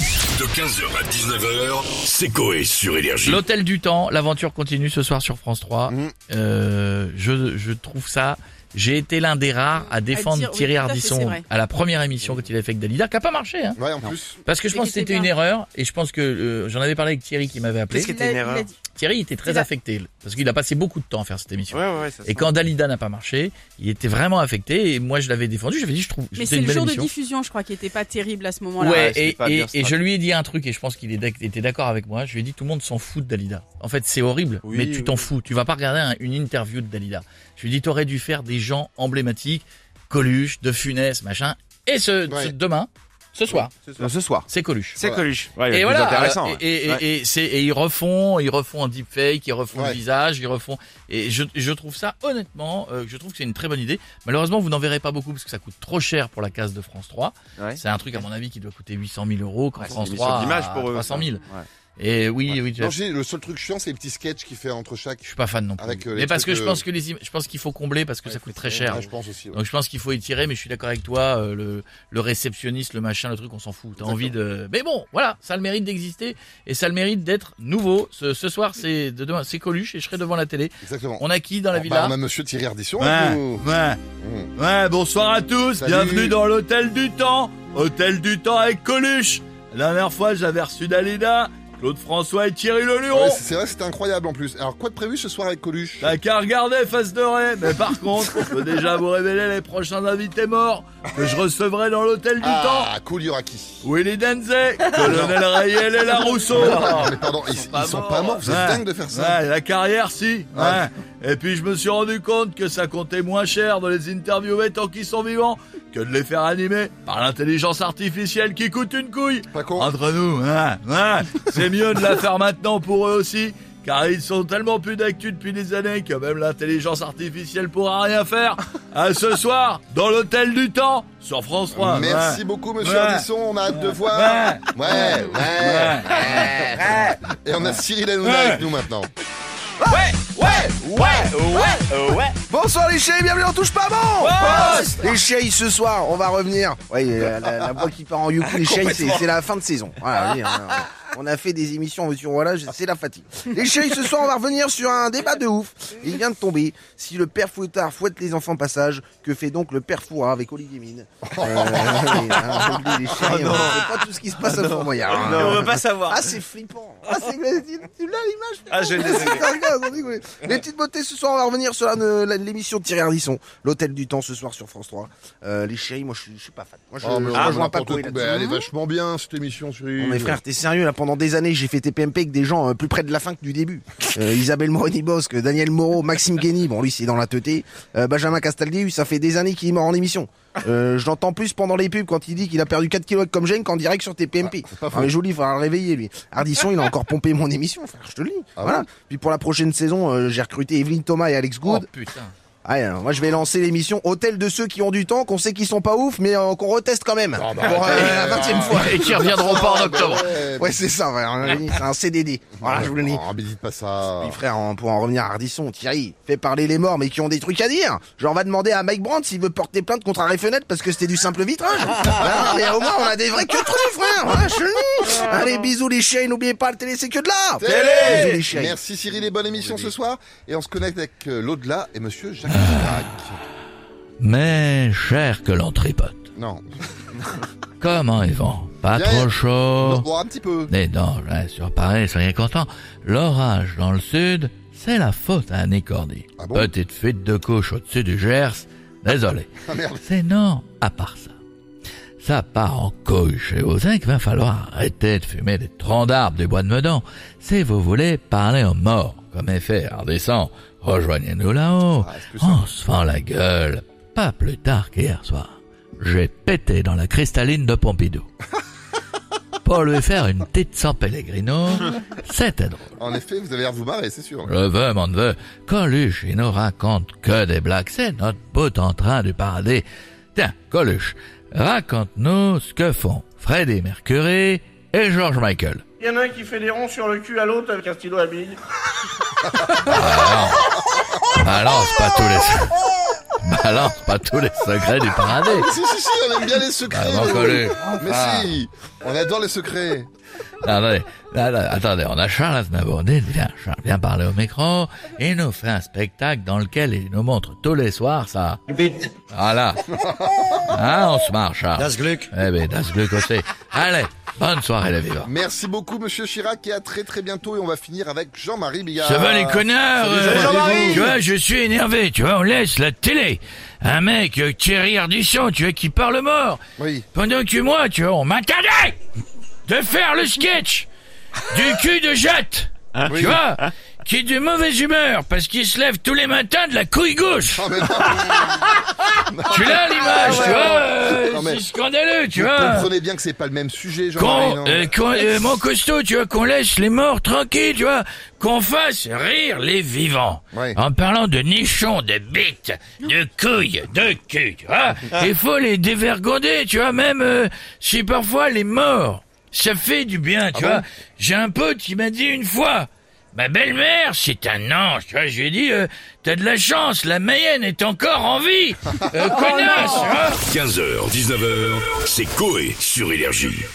De 15h à 19h, c'est Coé sur Énergie. L'hôtel du temps, l'aventure continue ce soir sur France 3. Mm. Euh, je, je trouve ça. J'ai été l'un des rares à défendre dire- Ah, oui, Thierry tout à fait, c'est Ardisson vrai. à la première émission quand il avait fait avec Dalida, qui a pas marché. Hein. Ouais, en plus. Parce que je Mais pense qui que c'était était une bien. erreur et je pense que euh, j'en avais parlé avec Thierry qui m'avait appelé. Qu'est-ce qui était une Il l'a- il erreur l'a dit. Thierry était très C'est ça. affecté parce qu'il a passé beaucoup de temps à faire cette émission. Ouais, ouais, ouais, ça Et sent. quand Dalida n'a pas marché, il était vraiment affecté et moi je l'avais défendu. J'avais dit, je trouve. Mais c'était c'est une le belle jour de émission. diffusion, je crois, qui était pas terrible à ce moment-là. Ouais, Ouais, c'était et, pas bien et- strat. et je lui ai dit un truc, et je pense qu'il est d'ac- était d'accord avec moi. Je lui ai dit, tout le monde s'en fout de Dalida. En fait, c'est horrible, Oui, mais tu oui. t'en fous. Tu vas pas regarder un- une interview de Dalida. Je lui ai dit, t'aurais dû faire des gens emblématiques, Coluche, De Funès, machin. Et ce, Ouais. ce- demain, ce soir, Euh, Ce soir. c'est Coluche. C'est Voilà. Coluche. Ouais, le Et plus voilà, intéressant. euh, ouais. et, et- Ouais. et- et c'est- et ils refont, ils refont un deepfake, ils refont Ouais. le visage, ils refont. Et je, je trouve ça honnêtement, euh, je trouve que c'est une très bonne idée. Malheureusement, vous n'en verrez pas beaucoup parce que ça coûte trop cher pour la case de France 3. Ouais. C'est un truc à mon avis qui doit coûter 800 000 euros quand Ouais, c'est France une 3 mission a d'image pour eux. 300 000. Ouais. Et oui, oui, je, Non, je j'ai- le seul truc chiant, c'est les petits sketchs qu'il fait entre chaque. suis pas fan non plus. Avec, euh, les mais parce que trucs, je euh, pense que les, im- je pense qu'il faut combler parce que ça coûte très cher. Ouais, Ah, je pense aussi. ouais. Donc je pense qu'il faut étirer, mais je suis d'accord avec toi, euh, le, le réceptionniste, le machin, le truc, on s'en fout. T'as envie de... Mais bon, voilà, ça a le mérite d'exister et ça a le mérite d'être nouveau. Ce, ce soir, c'est de demain, c'est Coluche et je serai devant la télé. Exactement. On a qui dans la Bon, villa bah, on a monsieur Thierry Ardisson. avec Ouais, nous. ouais, Mmh. ouais, bonsoir à tous, Salut. bienvenue dans l'hôtel du temps, hôtel du temps avec Coluche. La dernière fois, j'avais reçu Dalida, Claude François et Thierry Leluron. Ouais, c'est c'est vrai, c'était incroyable en plus. Alors, quoi de prévu ce soir avec Coluche T'as qu'à regarder, face de raie. Mais par contre, je peux déjà vous révéler les prochains invités morts que je recevrai dans l'hôtel du temps. Ah, cool, il y aura qui Willy Denzey, Colonel Rayel et Larousseau. Mais pardon, ils, ils sont, pas, morts. Vous Ouais. êtes dingue de faire ça. Ouais, la carrière, si. Ah. Ouais. Et puis je me suis rendu compte que ça comptait moins cher de les interviewer tant qu'ils sont vivants que de les faire animer par l'intelligence artificielle qui coûte une couille. Pas con. Entre nous, ouais, ouais. c'est mieux de la faire maintenant pour eux aussi. Car ils sont tellement plus d'actu depuis des années que même l'intelligence artificielle pourra rien faire. À ce soir, dans l'hôtel du temps, sur France 3. ouais. Merci beaucoup, monsieur Ouais. Ardisson. On a hâte de voir. Ouais, ouais. Et on a Cyril Hanouna Ouais. avec nous maintenant. Bonsoir les chéris, bienvenue en touche pas bon Oh, Poste Les chéris ce soir, on va revenir. Ouais, la, la- la voix qui part en youpi, les chéris, c'est c'est la fin de saison. Voilà, oui, hein. on, a, on a fait des émissions sur voilà, je- c'est la fatigue. Les chéris ce soir, on va revenir sur un débat de ouf. Il vient de tomber. Si le père Fouettard fouette les enfants passage, que fait donc le père Fourat avec Olivier Mine Euh, oui, hein, on oublie les Ah chéris, on sait pas tout ce qui se passe à Fort Boyard. hein. On veut pas savoir. Ah, c'est flippant. Ah, c'est tu l'as l'image. Ah, je l'ai, je l'ai. C'est dingue, on rigole. Les petites beautés ce soir, on va revenir sur la- la- l'émission de Thierry Ardisson, l'hôtel du temps ce soir sur France 3. Euh, les chéris, moi je suis- je suis pas fan. Moi je, Ah, Oh, mais je on rejoins n'importe pas Coé quoi. Bah, là-dessus. Elle est vachement bien cette émission, Cyril. Non, Oh, mais frère, t'es sérieux là Pendant des années, j'ai fait TPMP avec des gens euh, plus près de la fin que du début. Euh, Isabelle Moroni-Bosque, Daniel Moreau, Maxime Guény, bon lui c'est dans la teuté. Euh, Benjamin Castaldi, lui, ça fait des années qu'il est mort en émission. Euh, je l'entends plus pendant les pubs quand il dit qu'il a perdu 4 kilos comme Gêne qu'en direct sur TPMP. pas faux. Ah, mais joli, il faudra le réveiller lui. Hardisson, il a encore pompé mon émission, frère, je te le dis. Ah voilà. bon Puis pour la prochaine saison, euh, j'ai recruté Evelyne Thomas et Alex Oh Good. putain. Ah, alors, moi je vais lancer l'émission Hôtel de ceux qui ont du temps, qu'on sait qu'ils sont pas ouf, mais euh, qu'on reteste quand même. Ah, bah, pour euh, arrêtez, la 20 fois. Et qui reviendront pas en Ah, bah, octobre. ouais. Ouais, c'est ça, voilà, on l'a dit, c'est un CDD. Voilà, je vous le dis. Oh, mais dites pas ça. Puis frère, on- pour en revenir à Ardisson, Thierry, fait parler les morts mais qui ont des trucs à dire. Genre, on va demander à Mike Brandt s'il veut porter plainte contre Arrêt Fenêtre parce que c'était du simple vitrage. Voilà, mais au moins, on a des vrais que trucs, frère. Voilà, je te le dis. Allez, bisous les chiens, n'oubliez pas, le télé, c'est que de là. Bisous les chiens. Merci Cyril et bonne émission ce soir. Et on se connecte avec euh, l'au-delà et monsieur Jacques Ah. Chirac. Mais cher que l'on tripote. Non. Comment ils vont Pas Bien. trop chaud. Non, bon, un petit peu. Mais non, là, sur Paris, soyez contents. L'orage dans le sud, c'est la faute à Nicordi. Ah bon Petite fuite de couche au-dessus du Gers. Désolé. Ah merde. C'est non, à part ça. Ça part en couille chez Ozek, va falloir arrêter de fumer des troncs d'arbres du bois de Meudon. Si vous voulez parler aux morts, comme effet ardescent, rejoignez-nous là-haut. Ah, c'est plus simple. On se fend la gueule. Pas plus tard qu'hier soir. J'ai pété dans la cristalline de Pompidou. Pour lui faire une petite sans Pellegrino, c'était drôle. En effet, vous avez l'air de vous marrer, c'est sûr. Le vœu, mon neveu, Coluche, il nous raconte que des blagues. C'est notre bout en train du paradis. Tiens, Coluche, raconte-nous ce que font Freddie Mercury et George Michael. Il y en a un qui fait des ronds sur le cul à l'autre avec un stylo à billes. Balance pas tous les... balance pas tous les secrets du paradis. Si, si, si, on aime bien les secrets. Ah, non, Ah. nous. collé. Mais si, on adore les secrets. Non, attendez, Non, non, attendez, on a Charles Aznavour. Dis, Viens, Charles, viens parler au micro. Il nous fait un spectacle dans lequel il nous montre tous les soirs ça. Voilà. Hein, on se marre, Charles. Das Gluck. Eh ben, Das Gluck aussi. Allez, bonne soirée, les vivants. Merci beaucoup, monsieur Chirac, et à très très bientôt. Et on va finir avec Jean-Marie Bigard. Ça va les connards Salut, euh, Jean-Marie. Tu vois, je suis énervé, tu vois, on laisse la télé. Un mec, euh, Thierry Ardisson, tu vois, qui parle mort. Oui. Pendant que moi, tu vois, on m'interdit de faire le sketch du cul de Jette. Ah tu vois Qui est de mauvaise humeur parce qu'il se lève tous les matins de la couille gauche. Ah, mais non, Tu l'as Ah. ouais, l'image, tu ouais. vois euh, Non, mais- C'est scandaleux, tu vous vois comprenez bien que c'est pas le même sujet, Jean-Marie. qu'on, non euh, qu'on- euh, mon costaud, tu vois, qu'on laisse les morts tranquilles, tu vois, qu'on fasse rire les vivants. Ouais. En parlant de nichons, de bites, de couilles, de cul, tu vois. Il faut les dévergonder, tu vois, même euh, si parfois les morts, ça fait du bien, tu vois. J'ai un pote qui m'a dit une fois, ma belle-mère, c'est un ange, tu vois. Je lui ai dit, euh, t'as de la chance, la Mayenne est encore en vie, euh, connasse, tu vois. 15h, 19h, c'est Coé sur Énergie.